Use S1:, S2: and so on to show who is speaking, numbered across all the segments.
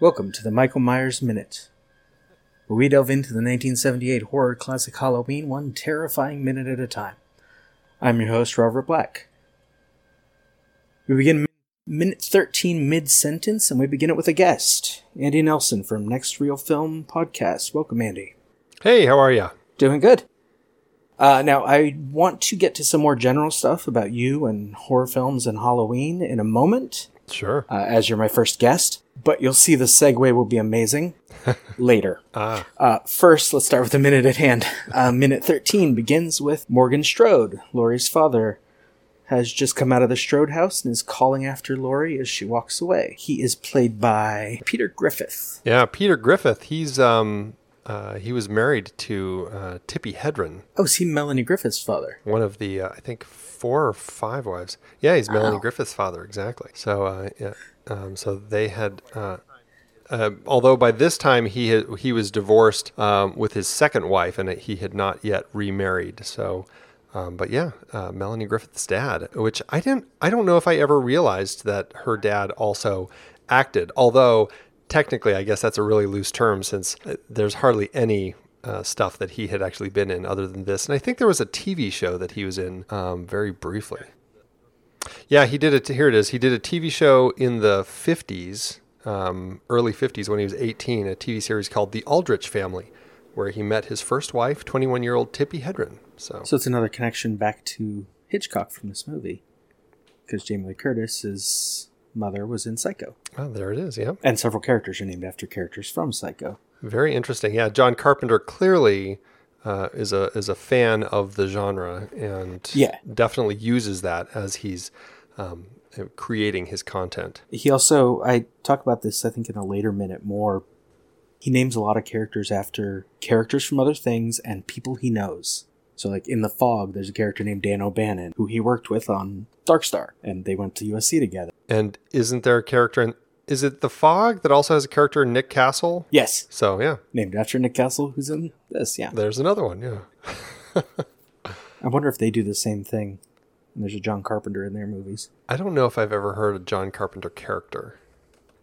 S1: Welcome to the Michael Myers Minute, where we delve into the 1978 horror classic Halloween one terrifying minute at a time. I'm your host, Robert Black. We begin min- minute 13 mid sentence, and we begin it with a guest, Andy Nelson from Next Real Film Podcast. Welcome, Andy.
S2: Hey, how are you?
S1: Doing good. Uh, now, I want to get to some more general stuff about you and horror films and Halloween in a moment,
S2: Sure.
S1: uh, as you're my first guest, but you'll see the segue will be amazing later.
S2: Ah,
S1: Uh, first, let's start with the minute at hand. Uh, minute 13 begins with Morgan Strode, Laurie's father, has just come out of the Strode house and is calling after Laurie as she walks away. He is played by Peter Griffith.
S2: yeah. Peter Griffith. He's um, uh, he was married to uh, Tippi Hedren,
S1: Oh, is he Melanie Griffith's father?
S2: one of the uh, I think four or five wives. Yeah, he's Melanie Griffith's father, exactly. So uh, yeah, um, so they had. Uh, uh, although by this time he had, he was divorced um, with his second wife, and he had not yet remarried. So, um, but yeah, uh, Melanie Griffith's dad, which I didn't, I don't know if I ever realized that her dad also acted. Although technically, I guess that's a really loose term since uh, there's hardly any uh, stuff that he had actually been in other than this. And I think there was a TV show that he was in um, very briefly. Yeah, he did it. Here it is. He did a TV show in the 50s, um, early 50s when he was 18, a TV series called The Aldrich Family, where he met his first wife, 21 year old Tippi Hedren. So,
S1: So it's another connection back to Hitchcock from this movie, because Jamie Lee Curtis's mother was in Psycho,
S2: oh, there it is. Yeah.
S1: and several characters are named after characters from Psycho.
S2: Very interesting. Yeah. John Carpenter clearly. Uh, is a is a fan of the genre and
S1: Yeah.
S2: definitely uses that as he's um, creating his content.
S1: he also i talk about this i think in a later minute more he names a lot of characters after characters from other things and people he knows so like in the fog there's a character named dan o'bannon who he worked with on dark star and they went to usc together
S2: And isn't there a character in is it the fog that also has a character in Nick Castle?
S1: yes
S2: So yeah,
S1: named after nick castle who's in this yeah
S2: there's another one, yeah.
S1: i wonder if they do the same thing and there's a john carpenter in their movies
S2: I don't know if I've ever heard a John Carpenter character.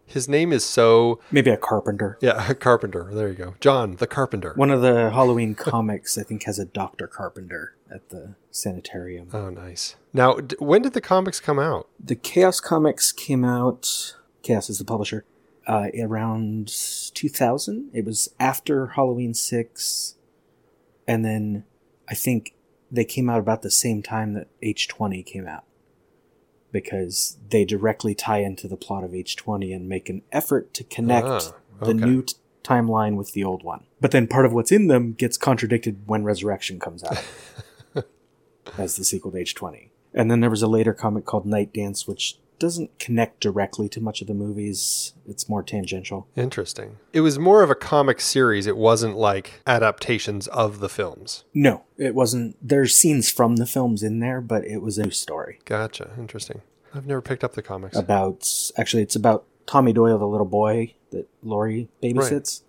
S2: His name is so
S1: maybe a carpenter
S2: yeah, Carpenter. There you go. John the Carpenter.
S1: one of the halloween comics i think has a dr carpenter at the sanitarium
S2: Oh, nice. Now, d- when did the comics come out?
S1: the Chaos Comics came out. Chaos is the publisher. Uh, around 2000, it was after Halloween six, and then I think they came out about the same time that H20 came out because they directly tie into the plot of H20 and make an effort to connect
S2: Ah,
S1: the
S2: okay.
S1: new t- timeline with the old one. But then part of what's in them gets contradicted when Resurrection comes out as the sequel to H20. And then there was a later comic called Night Dance, which doesn't connect directly to much of the movies. It's more tangential.
S2: Interesting. It was more of a comic series. It wasn't like adaptations of the films.
S1: No, it wasn't. There's scenes from the films in there, but it was a new story
S2: Gotcha. Interesting. I've never picked up the comics.
S1: about. Actually, it's about Tommy Doyle, the little boy that Laurie babysits.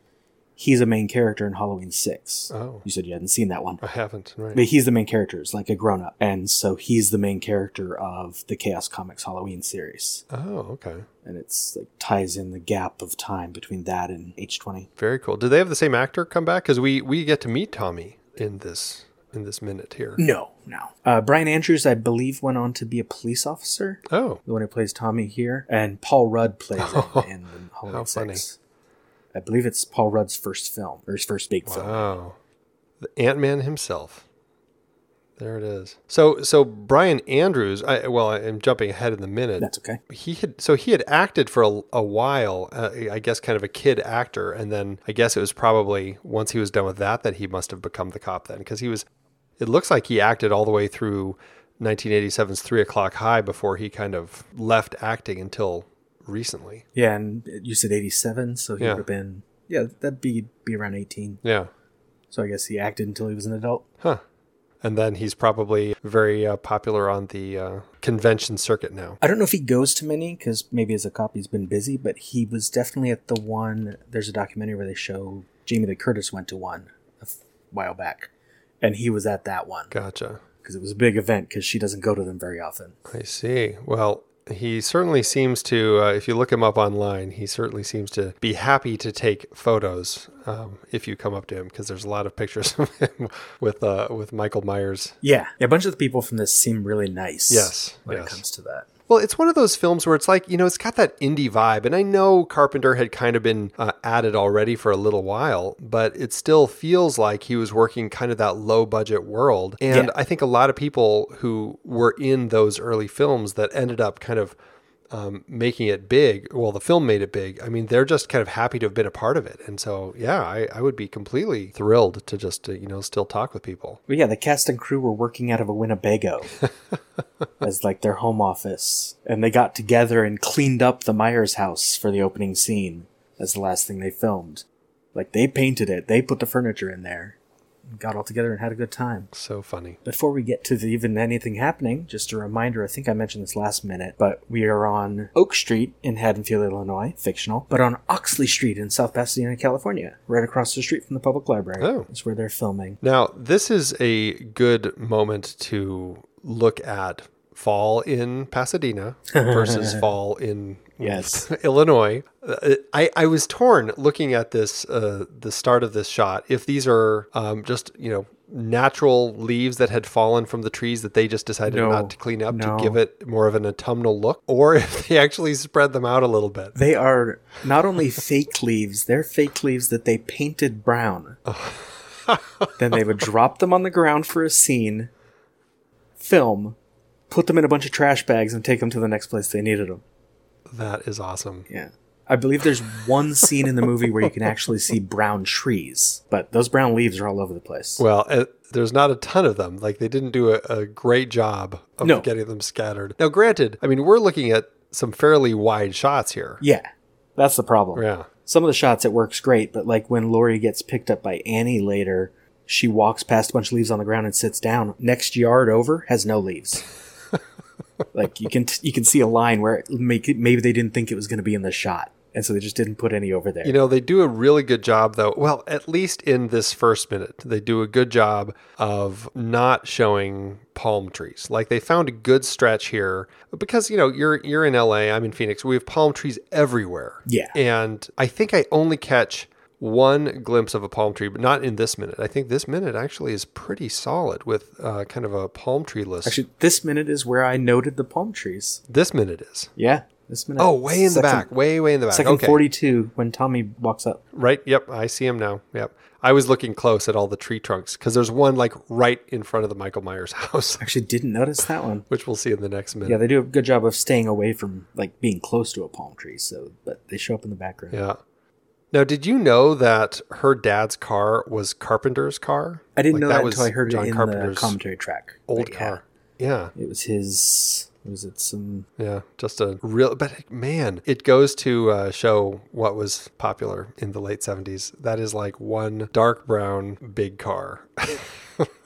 S1: He's a main character in Halloween 6.
S2: Oh,
S1: You said you hadn't seen that one.
S2: I haven't. Right.
S1: But he's the main character, it's like a grown up. And so he's the main character of the Chaos Comics Halloween series.
S2: Oh, okay.
S1: And it's like ties in the gap of time between that and H20.
S2: Very cool. Did they have the same actor come back? Because we we get to meet Tommy in this in this minute here.
S1: No, no. Uh, Brian Andrews, I believe, went on to be a police officer,
S2: Oh,
S1: the one who plays Tommy here, and Paul Rudd plays him in the Halloween
S2: How funny.
S1: Six. I believe it's Paul Rudd's first film or his first big film.
S2: wow, the Ant Man himself. There it is. So so Brian Andrews. I well, I'm jumping ahead in the minute.
S1: That's okay.
S2: He had so he had acted for a, a while. Uh, I guess kind of a kid actor, and then I guess it was probably once he was done with that that he must have become the cop then, because he was. It looks like he acted all the way through 1987's Three O'clock High before he kind of left acting until recently.
S1: Yeah, and you said 87, so he
S2: Yeah.
S1: would have been, yeah, that'd be, be around 18.
S2: Yeah.
S1: So I guess he acted until he was an adult.
S2: Huh. And then he's probably very uh, popular on the uh, convention circuit now.
S1: I don't know if he goes to many because maybe as a cop he's been busy, but he was definitely at the one. There's a documentary where they show Jamie Lee Curtis went to one a f- while back, and he was at that one
S2: Gotcha.
S1: because it was a big event because she doesn't go to them very often.
S2: I see. Well, he certainly seems to, uh, if you look him up online, he certainly seems to be happy to take photos um, if you come up to him because there's a lot of pictures of him with uh, with Michael Myers.
S1: Yeah, a bunch of the people from this seem really nice.
S2: Yes,
S1: when it
S2: yes.
S1: comes to that.
S2: Well, it's one of those films where it's like, you know, it's got that indie vibe. And I know Carpenter had kind of been uh, at it already for a little while, but it still feels like he was working kind of that low budget world. And
S1: Yeah.
S2: I think a lot of people who were in those early films that ended up kind of um, making it big, well, the film made it big. I mean, they're just kind of happy to have been a part of it. And so, yeah, I, I would be completely thrilled to just, uh, you know, still talk with people.
S1: But yeah, the cast and crew were working out of a Winnebago as like their home office, and they got together and cleaned up the Myers house for the opening scene as the last thing they filmed. Like they painted it, they put the furniture in there, got all together and had a good time.
S2: So funny.
S1: Before we get to the even anything happening, just a reminder I think I mentioned this last minute, but we are on Oak Street in Haddonfield, Illinois, fictional, but on Oxley Street in South Pasadena, California, right across the street from the public library.
S2: Oh.
S1: Is where they're filming.
S2: Now, this is a good moment to look at fall in Pasadena versus fall in
S1: Yes.
S2: Illinois. Uh, I, I was torn looking at this, uh, the start of this shot, if these are um, just, you know, natural leaves that had fallen from the trees that they just decided
S1: No.
S2: not to clean up
S1: No.
S2: to give it more of an autumnal look, or if they actually spread them out a little bit.
S1: They are not only fake leaves, they're fake leaves that they painted brown. then they would drop them on the ground for a scene, film, put them in a bunch of trash bags, and take them to the next place they needed them.
S2: That is awesome.
S1: Yeah. I believe there's one scene in the movie where you can actually see brown trees, but those brown leaves are all over the place.
S2: Well, uh, there's not a ton of them. Like they didn't do a, a great job of
S1: No.
S2: getting them scattered. Now, granted, I mean we're looking at some fairly wide shots here.
S1: yeah. That's the problem.
S2: Yeah.
S1: Some of the shots it works great, but like when Lori gets picked up by Annie later, she walks past a bunch of leaves on the ground and sits down. Next yard over has no leaves. like you can you can see a line where it make it, maybe they didn't think it was going to be in the shot, and so they just didn't put any over there.
S2: You know, they do a really good job though. Well, at least in this first minute, they do a good job of not showing palm trees. Like they found a good stretch here because, you know, you're you're in LA, I'm in Phoenix. We have palm trees everywhere.
S1: Yeah.
S2: And I think I only catch one glimpse of a palm tree, but not in this minute. I think this minute actually is pretty solid with uh, kind of a palm tree list.
S1: Actually, this minute is where I noted the palm trees.
S2: this minute is.
S1: Yeah, this minute.
S2: Oh, way in the
S1: Second-
S2: back. Way, way in the back.
S1: Second
S2: okay.
S1: 42 when Tommy walks up.
S2: Right. Yep. I see him now. Yep. I was looking close at all the tree trunks because there's one like right in front of the Michael Myers house,
S1: Actually, didn't notice that one.
S2: which we'll see in the next minute.
S1: Yeah, they do a good job of staying away from like being close to a palm tree. So, but they show up in the background.
S2: Yeah. Now, did you know that her dad's car was Carpenter's car?
S1: I didn't
S2: Like,
S1: know that, until I heard it in the commentary track.
S2: old
S1: But yeah,
S2: car. Yeah.
S1: it was his. Was it some?
S2: Yeah, just a real. But man, it goes to uh, show what was popular in the late seventies. That is like one dark brown big car.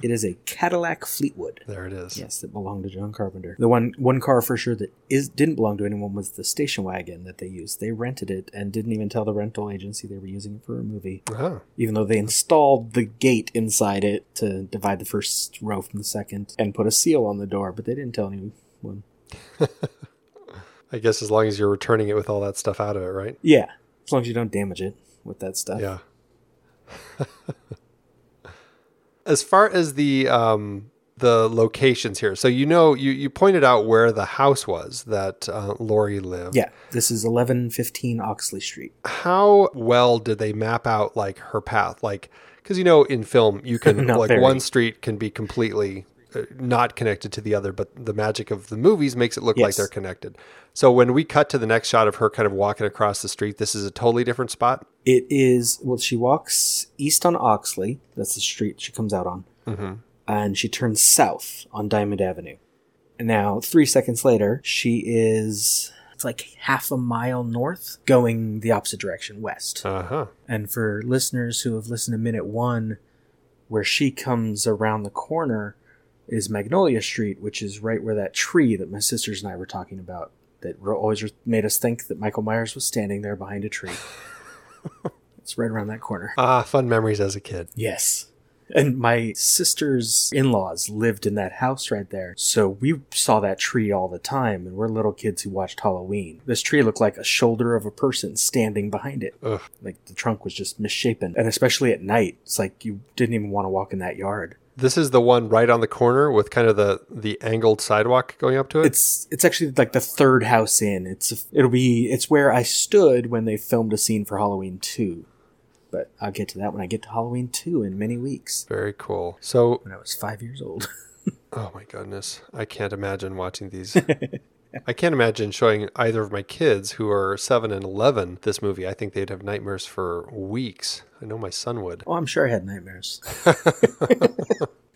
S1: It is a Cadillac Fleetwood.
S2: there it is.
S1: Yes, that belonged to John Carpenter. The one one car for sure that is didn't belong to anyone was the station wagon that they used. They rented it and didn't even tell the rental agency they were using it for a movie,
S2: Oh,
S1: even though they installed the gate inside it to divide the first row from the second and put a seal on the door, but they didn't tell anyone.
S2: I guess as long as you're returning it with all that stuff out of it, right?
S1: Yeah, as long as you don't damage it with that stuff.
S2: Yeah. as far as the um, the locations here, so you know, you you pointed out where the house was that uh, Lori lived.
S1: Yeah, this is 1115 Oxley Street.
S2: how well did they map out like her path like because you know in film you can
S1: Not
S2: like
S1: very.
S2: one street can be completely uh, not connected to the other but the magic of the movies makes it look like
S1: Yes.
S2: they're connected so when we cut to the next shot of her kind of walking across the street this is a totally different spot
S1: It is, well, she walks east on Oxley. That's the street she comes out on.
S2: Mhm.
S1: And she turns south on Diamond Avenue. Now, three seconds later, she is, it's like half a mile north, going the opposite direction, west.
S2: uh-huh
S1: And for listeners who have listened to minute one, where she comes around the corner is Magnolia Street, which is right where that tree that my sisters and I were talking about that were- always made us think that Michael Myers was standing there behind a tree. it's right around that corner.
S2: ah fun memories as a kid
S1: Yes. And my sister's in laws lived in that house right there. So we saw that tree all the time, and we're little kids who watched Halloween. This tree looked like a shoulder of a person standing behind it.
S2: Ugh.
S1: Like the trunk was just misshapen. And especially at night, it's like you didn't even want to walk in that yard.
S2: This is the one right on the corner with kind of the the angled sidewalk going up to it.
S1: It's it's actually like the third house in. It's it'll be it's where I stood when they filmed a scene for Halloween 2. But I'll get to that when I get to Halloween 2 in many weeks.
S2: Very cool. So,
S1: When I was 5 years old.
S2: oh my goodness, I can't imagine watching these. I can't imagine showing either of my kids who are 7 and 11 this movie. I think they'd have nightmares for weeks. I know my son would.
S1: Oh, I'm sure I had nightmares.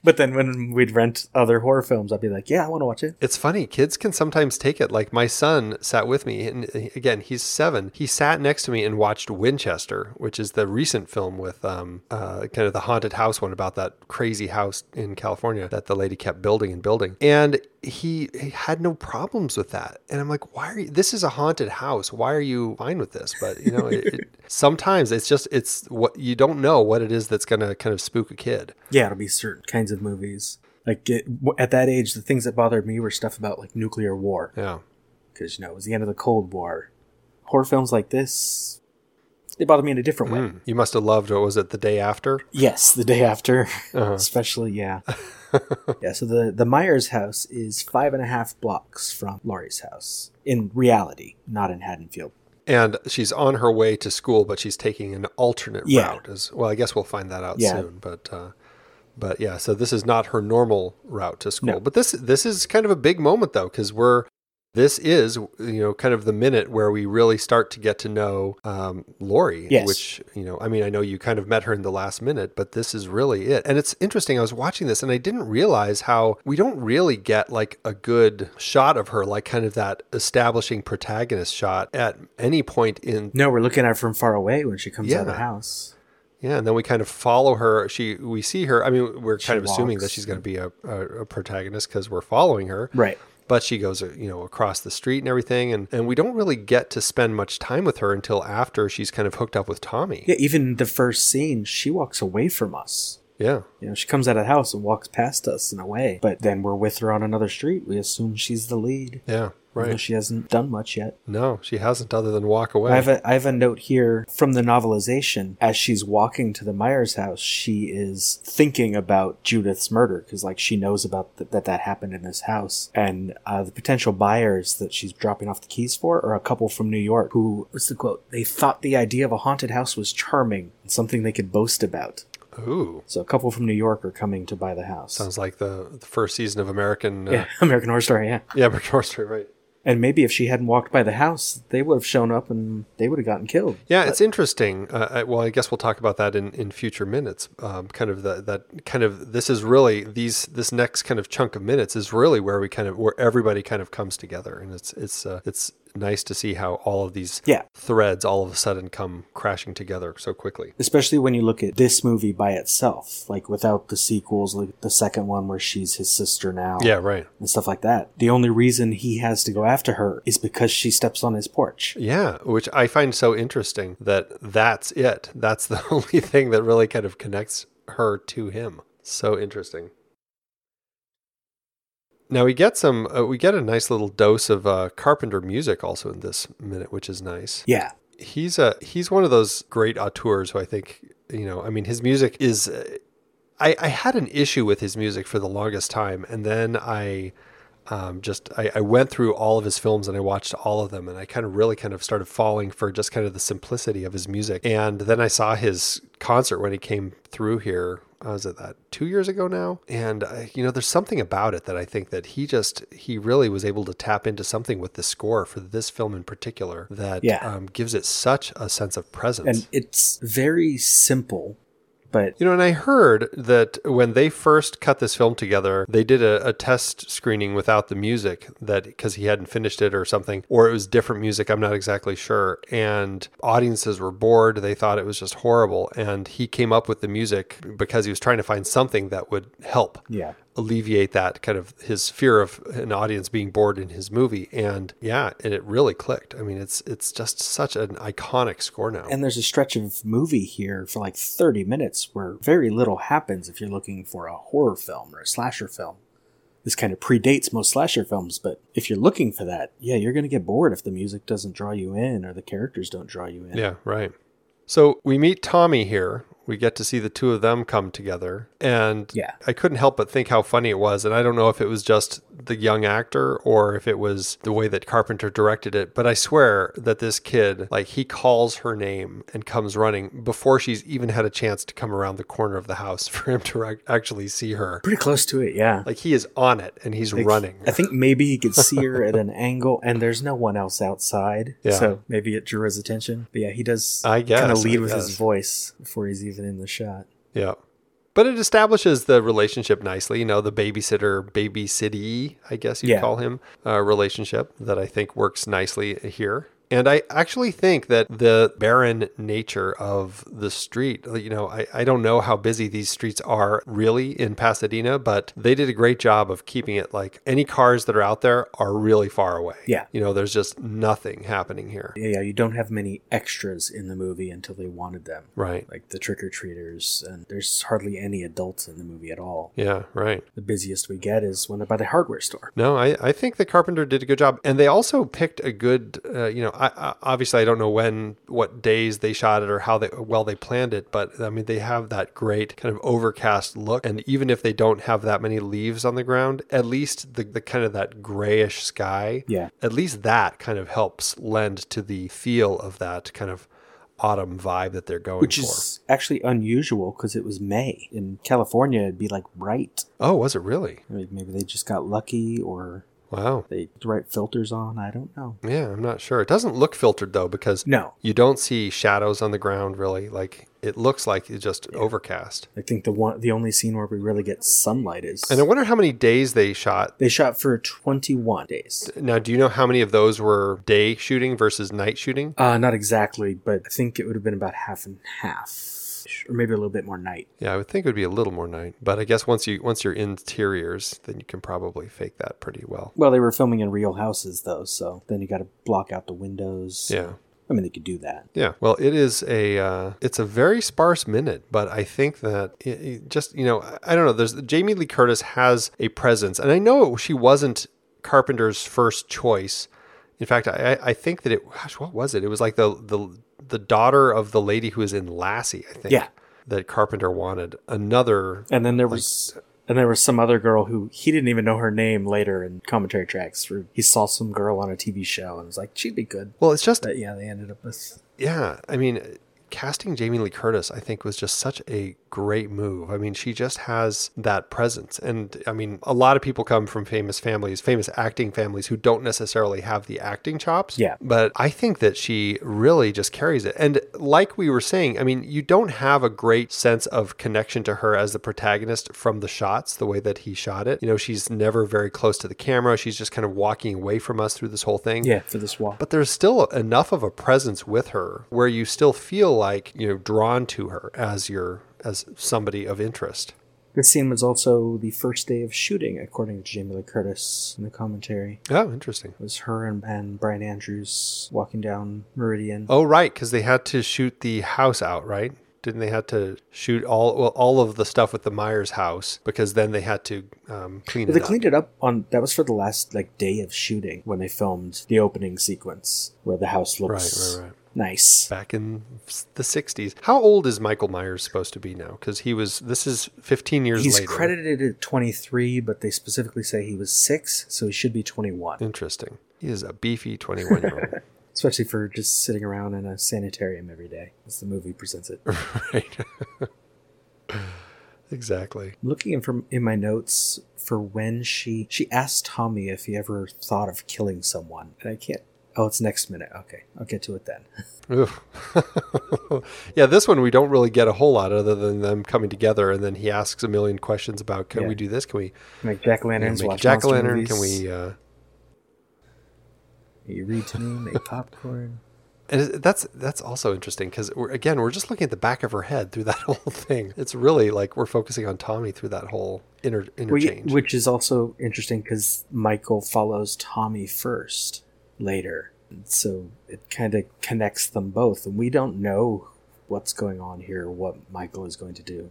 S1: but then when we'd rent other horror films, I'd be like, yeah, I want to watch it.
S2: It's funny, kids can sometimes take it. Like my son sat with me, and again, he's seven. He sat next to me and watched Winchester, which is the recent film with um, uh, kind of the haunted house one about that crazy house in California that the lady kept building and building. And he, he had no problems with that. And I'm like, why are you, this is a haunted house. Why are you fine with this? But, you know, it, it, sometimes it's just, it's what you don't know what it is that's going to kind of spook a kid.
S1: Yeah, it'll be certain kinds of movies. Like it, w- at that age, the things that bothered me were stuff about like nuclear war
S2: Yeah.
S1: because you know it was the end of the Cold War. Horror films like this, they bothered me in a different way.
S2: Hmm. You must have loved, what was it, the day after?
S1: Yes, the day after,
S2: Uh-huh.
S1: especially yeah, yeah. So the the Myers house is five and a half blocks from Laurie's house in reality, not in Haddonfield.
S2: And she's on her way to school, but she's taking an alternate
S1: Yeah.
S2: route. As well, I guess we'll find that out
S1: Yeah.
S2: soon. But uh, but yeah, so this is not her normal route to school.
S1: No.
S2: But this this is kind of a big moment though, because we're this is you know kind of the minute where we really start to get to know um, Lori.
S1: Yes.
S2: Which you know, I mean, I know you kind of met her in the last minute, but this is really it. And it's interesting. I was watching this and I didn't realize how we don't really get like a good shot of her, like kind of that establishing protagonist shot at any point in
S1: No, we're looking at her from far away when she comes out of the
S2: Yeah.
S1: house.
S2: Yeah, and then we kind of follow her. She, we see her. I mean, we're kind of assuming that
S1: walks.
S2: she's going to be a, a, a protagonist because we're following her.
S1: Right.
S2: But she goes, uh, you know, across the street and everything, and and we don't really get to spend much time with her until after she's kind of hooked up with Tommy.
S1: Yeah, even the first scene, she walks away from us.
S2: Yeah.
S1: You know, she comes out of the house and walks past us and away. But then we're with her on another street. We assume she's the lead.
S2: Yeah.
S1: Although
S2: Right.
S1: She hasn't done much yet.
S2: No, she hasn't, other than walk away.
S1: I have a I have a note here from the novelization. As she's walking to the Myers house, she is thinking about Judith's murder because, like, she knows about th- that that happened in this house, and uh, the potential buyers that she's dropping off the keys for are a couple from New York who what's the quote? They thought the idea of a haunted house was charming and something they could boast about.
S2: Ooh,
S1: So a couple from New York are coming to buy the house.
S2: sounds like the, the first season of American. Uh,
S1: yeah, American Horror Story. Yeah,
S2: yeah, American Horror Story, right?
S1: and maybe if she hadn't walked by the house, they would have shown up and they would have gotten killed.
S2: Yeah, it's interesting. Uh, I, well, I guess we'll talk about that in, in future minutes. Um, kind of the, that kind of this is really these this next kind of chunk of minutes is really where we kind of where everybody kind of comes together, and it's it's uh, it's nice to see how all of these
S1: Yeah.
S2: threads all of a sudden come crashing together so quickly.
S1: especially when you look at this movie by itself, like without the sequels, like the second one where she's his sister now,
S2: Yeah, right.
S1: and stuff like that. The only reason he has to go after her is because she steps on his porch.
S2: Yeah, which I find so interesting that that's it. That's the only thing that really kind of connects her to him. So interesting. Now we get some, uh, we get a nice little dose of uh, Carpenter music also in this minute, which is nice.
S1: Yeah,
S2: He's a he's one of those great auteurs who I think you know. I mean, his music is. uh, I I had an issue with his music for the longest time, and then I um, just I, I went through all of his films and I watched all of them, and I kind of really kind of started falling for just kind of the simplicity of his music. And then I saw his concert when he came through here. I was at that two years ago now, and uh, you know, there's something about it that I think that he just he really was able to tap into something with the score for this film in particular that
S1: Yeah.
S2: um, gives it such a sense of presence.
S1: and it's very simple, but
S2: You know, and I heard that when they first cut this film together, they did a, a test screening without the music that because he hadn't finished it or something, or it was different music. I'm not exactly sure. And audiences were bored. They thought it was just horrible. And he came up with the music because he was trying to find something that would help
S1: yeah,
S2: alleviate that kind of his fear of an audience being bored in his movie. And yeah, and it really clicked. I mean, it's it's just such an iconic score now.
S1: And there's a stretch of movie here for like 30 minutes where very little happens if you're looking for a horror film or a slasher film. This kind of predates most slasher films, but if you're looking for that, yeah, you're going to get bored if the music doesn't draw you in or the characters don't draw you in.
S2: yeah, right. So we meet Tommy here. We get to see the two of them come together. And
S1: Yeah.
S2: I couldn't help but think how funny it was. And I don't know if it was just the young actor or if it was the way that Carpenter directed it. But I swear that this kid, like, he calls her name and comes running before she's even had a chance to come around the corner of the house for him to ac- actually see her.
S1: Pretty close to it, yeah.
S2: Like, he is on it and he's running.
S1: I think maybe he could see her at an angle, and there's no one else outside.
S2: Yeah.
S1: So maybe it drew his attention. But yeah, he does
S2: I guess,
S1: kind of lead
S2: I
S1: with
S2: guess.
S1: his voice before he's even in the shot.
S2: Yeah. But it establishes the relationship nicely, you know, the babysitter, babysitty, I guess you'd
S1: Yeah.
S2: call him, uh, relationship that I think works nicely here. And I actually think that the barren nature of the street, you know, I, I don't know how busy these streets are really in Pasadena, but they did a great job of keeping it like any cars that are out there are really far away.
S1: Yeah.
S2: You know, there's just nothing happening here.
S1: Yeah, yeah, you don't have many extras in the movie until they wanted them,
S2: Right.
S1: like the trick or treaters, and there's hardly any adults in the movie at all.
S2: Yeah, right.
S1: The busiest we get is when they're by the hardware store.
S2: No, I, I think that Carpenter did a good job, and they also picked a good. Uh, you know, I, I, obviously I don't know when, what days they shot it or how they well they planned it, but I mean they have that great kind of overcast look, and even if they don't have that many leaves on the ground, at least the, the kind of that grayish sky,
S1: Yeah.
S2: at least that kind of helps lend to the feel of that kind of autumn vibe that they're going
S1: Which
S2: for.
S1: is actually unusual because it was May. In California, it'd be like bright.
S2: oh, was it really?
S1: I mean, maybe they just got lucky or
S2: Wow.
S1: they had the right filters on. I don't know.
S2: Yeah, I'm not sure. It doesn't look filtered though because
S1: No,
S2: You don't see shadows on the ground really. Like it looks like it's just overcast.
S1: I think the one, the only scene where we really get sunlight is
S2: And I wonder how many days they shot.
S1: they shot for 21 days.
S2: Now, do you know how many of those were day shooting versus night shooting?
S1: Uh, not exactly, but I think it would have been about half and half, or maybe a little bit more night.
S2: Yeah, I would think it would be a little more night. But I guess once you once you're interiors, then you can probably fake that pretty well.
S1: Well, they were filming in real houses though, so then you got to block out the windows.
S2: Yeah.
S1: I mean they could do that.
S2: Yeah, well, it is a uh, it's a very sparse minute, but I think that it, it just you know I- I don't know. There's Jamie Lee Curtis has a presence, and I know she wasn't Carpenter's first choice. In fact, I, I I think that it gosh, what was it? It was like the the the daughter of the lady who is in Lassie. I think
S1: Yeah.
S2: that Carpenter wanted another.
S1: And then there was and there was some other girl who he didn't even know her name later in commentary tracks. Where he saw some girl on a TV show and was like, she'd be good.
S2: Well, it's just
S1: But yeah, they ended up with
S2: yeah. I mean, casting Jamie Lee Curtis, I think, was just such a great move. I mean, she just has that presence, and I mean, a lot of people come from famous families, famous acting families, who don't necessarily have the acting chops.
S1: Yeah.
S2: But I think that she really just carries it. And like we were saying, I mean, you don't have a great sense of connection to her as the protagonist from the shots, the way that he shot it. You know, she's never very close to the camera. She's just kind of walking away from us through this whole thing
S1: yeah for this walk.
S2: but there's still enough of a presence with her where you still feel like you know drawn to her as your as somebody of interest
S1: This scene was also the first day of shooting, according to Jamie Lee Curtis in the commentary.
S2: oh interesting
S1: It was her and, and Brian Andrews walking down Meridian.
S2: oh right because they had to shoot the house out right didn't they had to shoot all well, all of the stuff with the Myers house because then they had to um, clean
S1: But
S2: it
S1: they
S2: up.
S1: cleaned it up on that was for the last like day of shooting when they filmed the opening sequence where the house looks
S2: right right right
S1: nice.
S2: back in the 60s how old is Michael Myers supposed to be now because he was this is 15 years
S1: He's
S2: later
S1: credited at 23, but they specifically say he was six, so he should be 21,
S2: interesting he is a beefy 21 year old
S1: especially for just sitting around in a sanitarium every day, as the movie presents it. I'm
S2: Right. exactly.
S1: looking in from in my notes for when she she asked Tommy if he ever thought of killing someone, and I can't. Oh, it's next minute. Okay, I'll get to it then.
S2: Oof. yeah, this one we don't really get a whole lot other than them coming together, and then he asks a million questions about can
S1: Yeah.
S2: we do this? Can we
S1: Make jack o'
S2: you know,
S1: lanterns.
S2: make a
S1: Watch
S2: jack o' lantern? uh,
S1: monster
S2: Can
S1: movies.
S2: we? Uh...
S1: You read to me, make popcorn.
S2: And it- that's that's also interesting because we're, again, we're just looking at the back of her head through that whole thing. It's really like we're focusing on Tommy through that whole inter-
S1: Well, yeah,
S2: interchange.
S1: which is also interesting because Michael follows Tommy first later. So it kind of connects them both. And we don't know what's going on here, what Michael is going to do.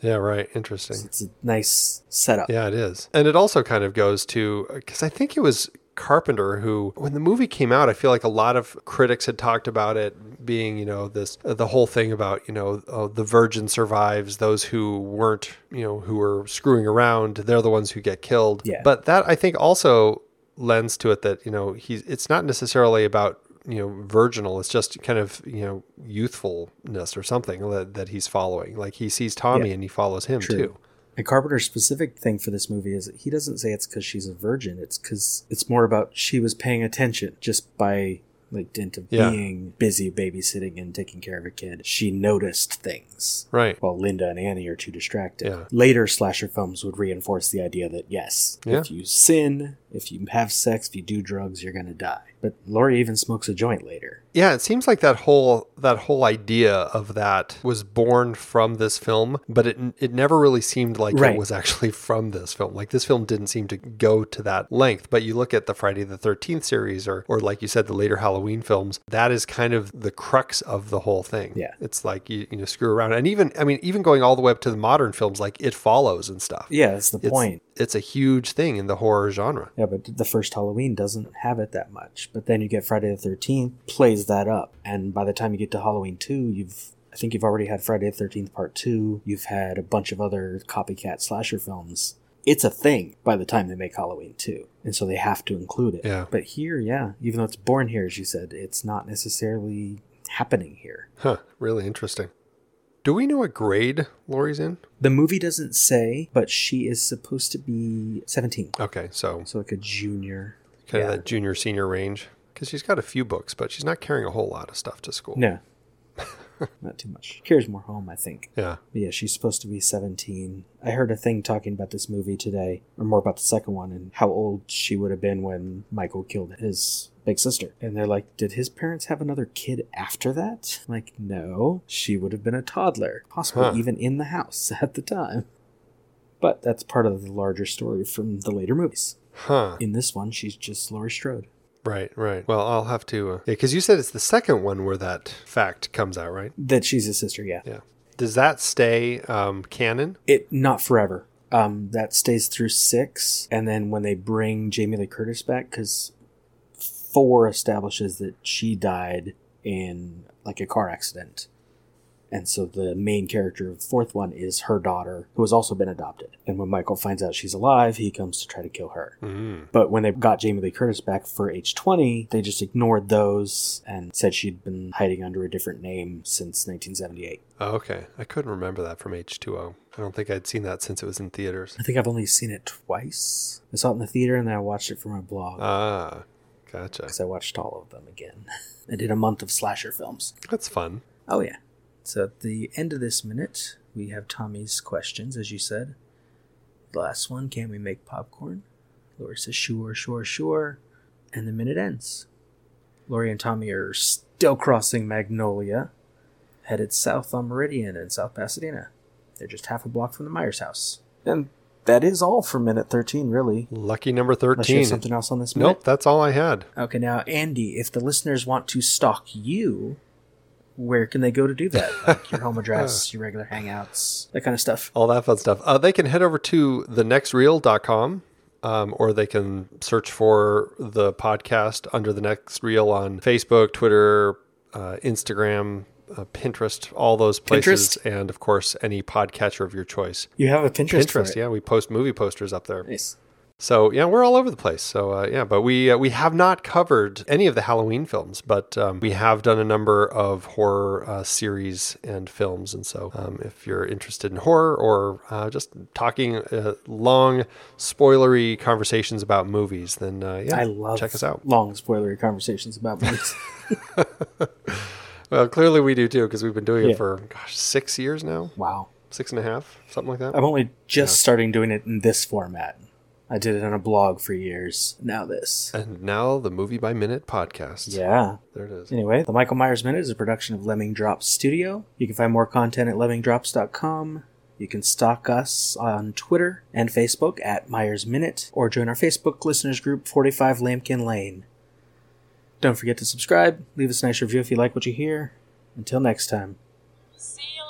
S2: yeah, right.
S1: So
S2: Interesting.
S1: it's a nice setup.
S2: Yeah, it is. And it also kind of goes to because I think it was Carpenter who, when the movie came out, I feel like a lot of critics had talked about it being, you know, this uh, the whole thing about, you know, oh, the virgin survives, those who weren't, you know, who were screwing around, they're the ones who get killed.
S1: Yeah.
S2: But that I think also lends to it that, you know, he's it's not necessarily about you know virginal it's just kind of you know youthfulness or something that, that he's following like he sees tommy
S1: Yeah.
S2: and he follows him
S1: True.
S2: too
S1: The Carpenter specific thing for this movie is that he doesn't say it's because she's a virgin. It's because it's more about she was paying attention just by like dint of
S2: Yeah.
S1: being busy babysitting and taking care of a kid. She noticed things.
S2: right
S1: while Linda and Annie are too distracted.
S2: Yeah.
S1: Later slasher films would reinforce the idea that yes,
S2: Yeah.
S1: if you sin, if you have sex, if you do drugs, you're gonna die. But Laurie even smokes a joint later.
S2: Yeah, it seems like that whole that whole idea of that was born from this film, but it it never really seemed like
S1: Right.
S2: it was actually from this film. Like this film didn't seem to go to that length. But you look at the Friday the Thirteenth series, or or like you said, the later Halloween films. That is kind of the crux of the whole thing.
S1: Yeah.
S2: it's like you you know screw around, and even I mean even going all the way up to the modern films, like It Follows and stuff.
S1: Yeah, that's the
S2: It's-
S1: point.
S2: It's a huge thing in the horror genre.
S1: Yeah, but the first Halloween doesn't have it that much. But then you get Friday the Thirteenth plays that up, and by the time you get to Halloween two, you've I think you've already had Friday the Thirteenth Part two. You've had a bunch of other copycat slasher films. It's a thing by the time they make Halloween two, and so they have to include it.
S2: Yeah.
S1: But here, yeah, even though it's born here, as you said, it's not necessarily happening here.
S2: Huh. Really interesting. Do we know what grade Laurie's in?
S1: The movie doesn't say, but she is supposed to be seventeen,
S2: Okay, so
S1: so like a junior.
S2: kind
S1: Yeah.
S2: of that junior senior range because she's got a few books but she's not carrying a whole lot of stuff to school
S1: No. Not too much. Carries more home, I think.
S2: yeah
S1: But yeah, she's supposed to be 17. I heard a thing talking about this movie today, or more about the second one, and how old she would have been when Michael killed his big sister. And they're like, did his parents have another kid after that? I'm like, no, she would have been a toddler, possibly
S2: Huh.
S1: even in the house at the time. But that's part of the larger story from the later movies.
S2: huh
S1: In this one, she's just Laurie Strode.
S2: right right well i'll have to uh, yeah because you said it's the second one where that fact comes out right
S1: That she's his sister, yeah.
S2: yeah does that stay um, canon
S1: it not forever. Um, that stays through six, and then when they bring Jamie Lee Curtis back, because four establishes that she died in like a car accident, and so the main character of the fourth one is her daughter, who has also been adopted. And when Michael finds out she's alive, he comes to try to kill her.
S2: mm.
S1: But when they got Jamie Lee Curtis back for age 20, they just ignored those and said she'd been hiding under a different name since 1978.
S2: oh, okay i couldn't remember that from h2o i don't think i'd seen that since it was in theaters
S1: I think I've only seen it twice. I saw it in the theater and then I watched it for my blog
S2: ah gotcha
S1: because I watched all of them again. I did a month of slasher films.
S2: that's fun
S1: Oh, yeah. So at the end of this minute, we have Tommy's questions, as you said. The last one can we make popcorn? Lori says, sure, sure, sure. And the minute ends. Lori and Tommy are still crossing Magnolia, headed south on Meridian in South Pasadena. They're just half a block from the Myers house. And that is all for minute 13, really.
S2: lucky number
S1: Unless you have
S2: 13
S1: something else on this minute?
S2: nope that's all i had
S1: Okay, now, Andy, if the listeners want to stalk you, where can they go to do that? Like your home address, your regular hangouts, that kind of stuff.
S2: all that fun stuff. Uh, they can head over to thenextreel.com um, or they can search for the podcast under the next reel on Facebook, Twitter, uh, Instagram, uh, Pinterest, all those places. And of course, any podcatcher of your choice.
S1: You have a Pinterest.
S2: Pinterest, yeah, we post movie posters up there.
S1: Nice.
S2: So yeah, we're all over the place. So uh, yeah, but we uh, we have not covered any of the Halloween films, but um, we have done a number of horror uh, series and films. And so um, if you're interested in horror or uh, just talking uh, long, spoilery conversations about movies, then uh, yeah,
S1: I love
S2: check us out.
S1: long spoilery conversations about movies.
S2: Well, clearly we do too because we've been doing
S1: Yeah.
S2: it for gosh six years now,
S1: wow. Um,
S2: six and a half, something like that.
S1: I'm only just starting doing it in this format. I did it on a blog for years. Now this.
S2: And now the Movie by Minute podcast.
S1: Yeah.
S2: There it is.
S1: Anyway, the Michael Myers Minute is a production of Lemming Drops Studio. You can find more content at lemmingdrops.com. You can stalk us on Twitter and Facebook at Myers Minute or join our Facebook listeners group 45 Lambkin Lane. Don't forget to subscribe, leave us a nice review if you like what you hear. Until next time.
S3: See you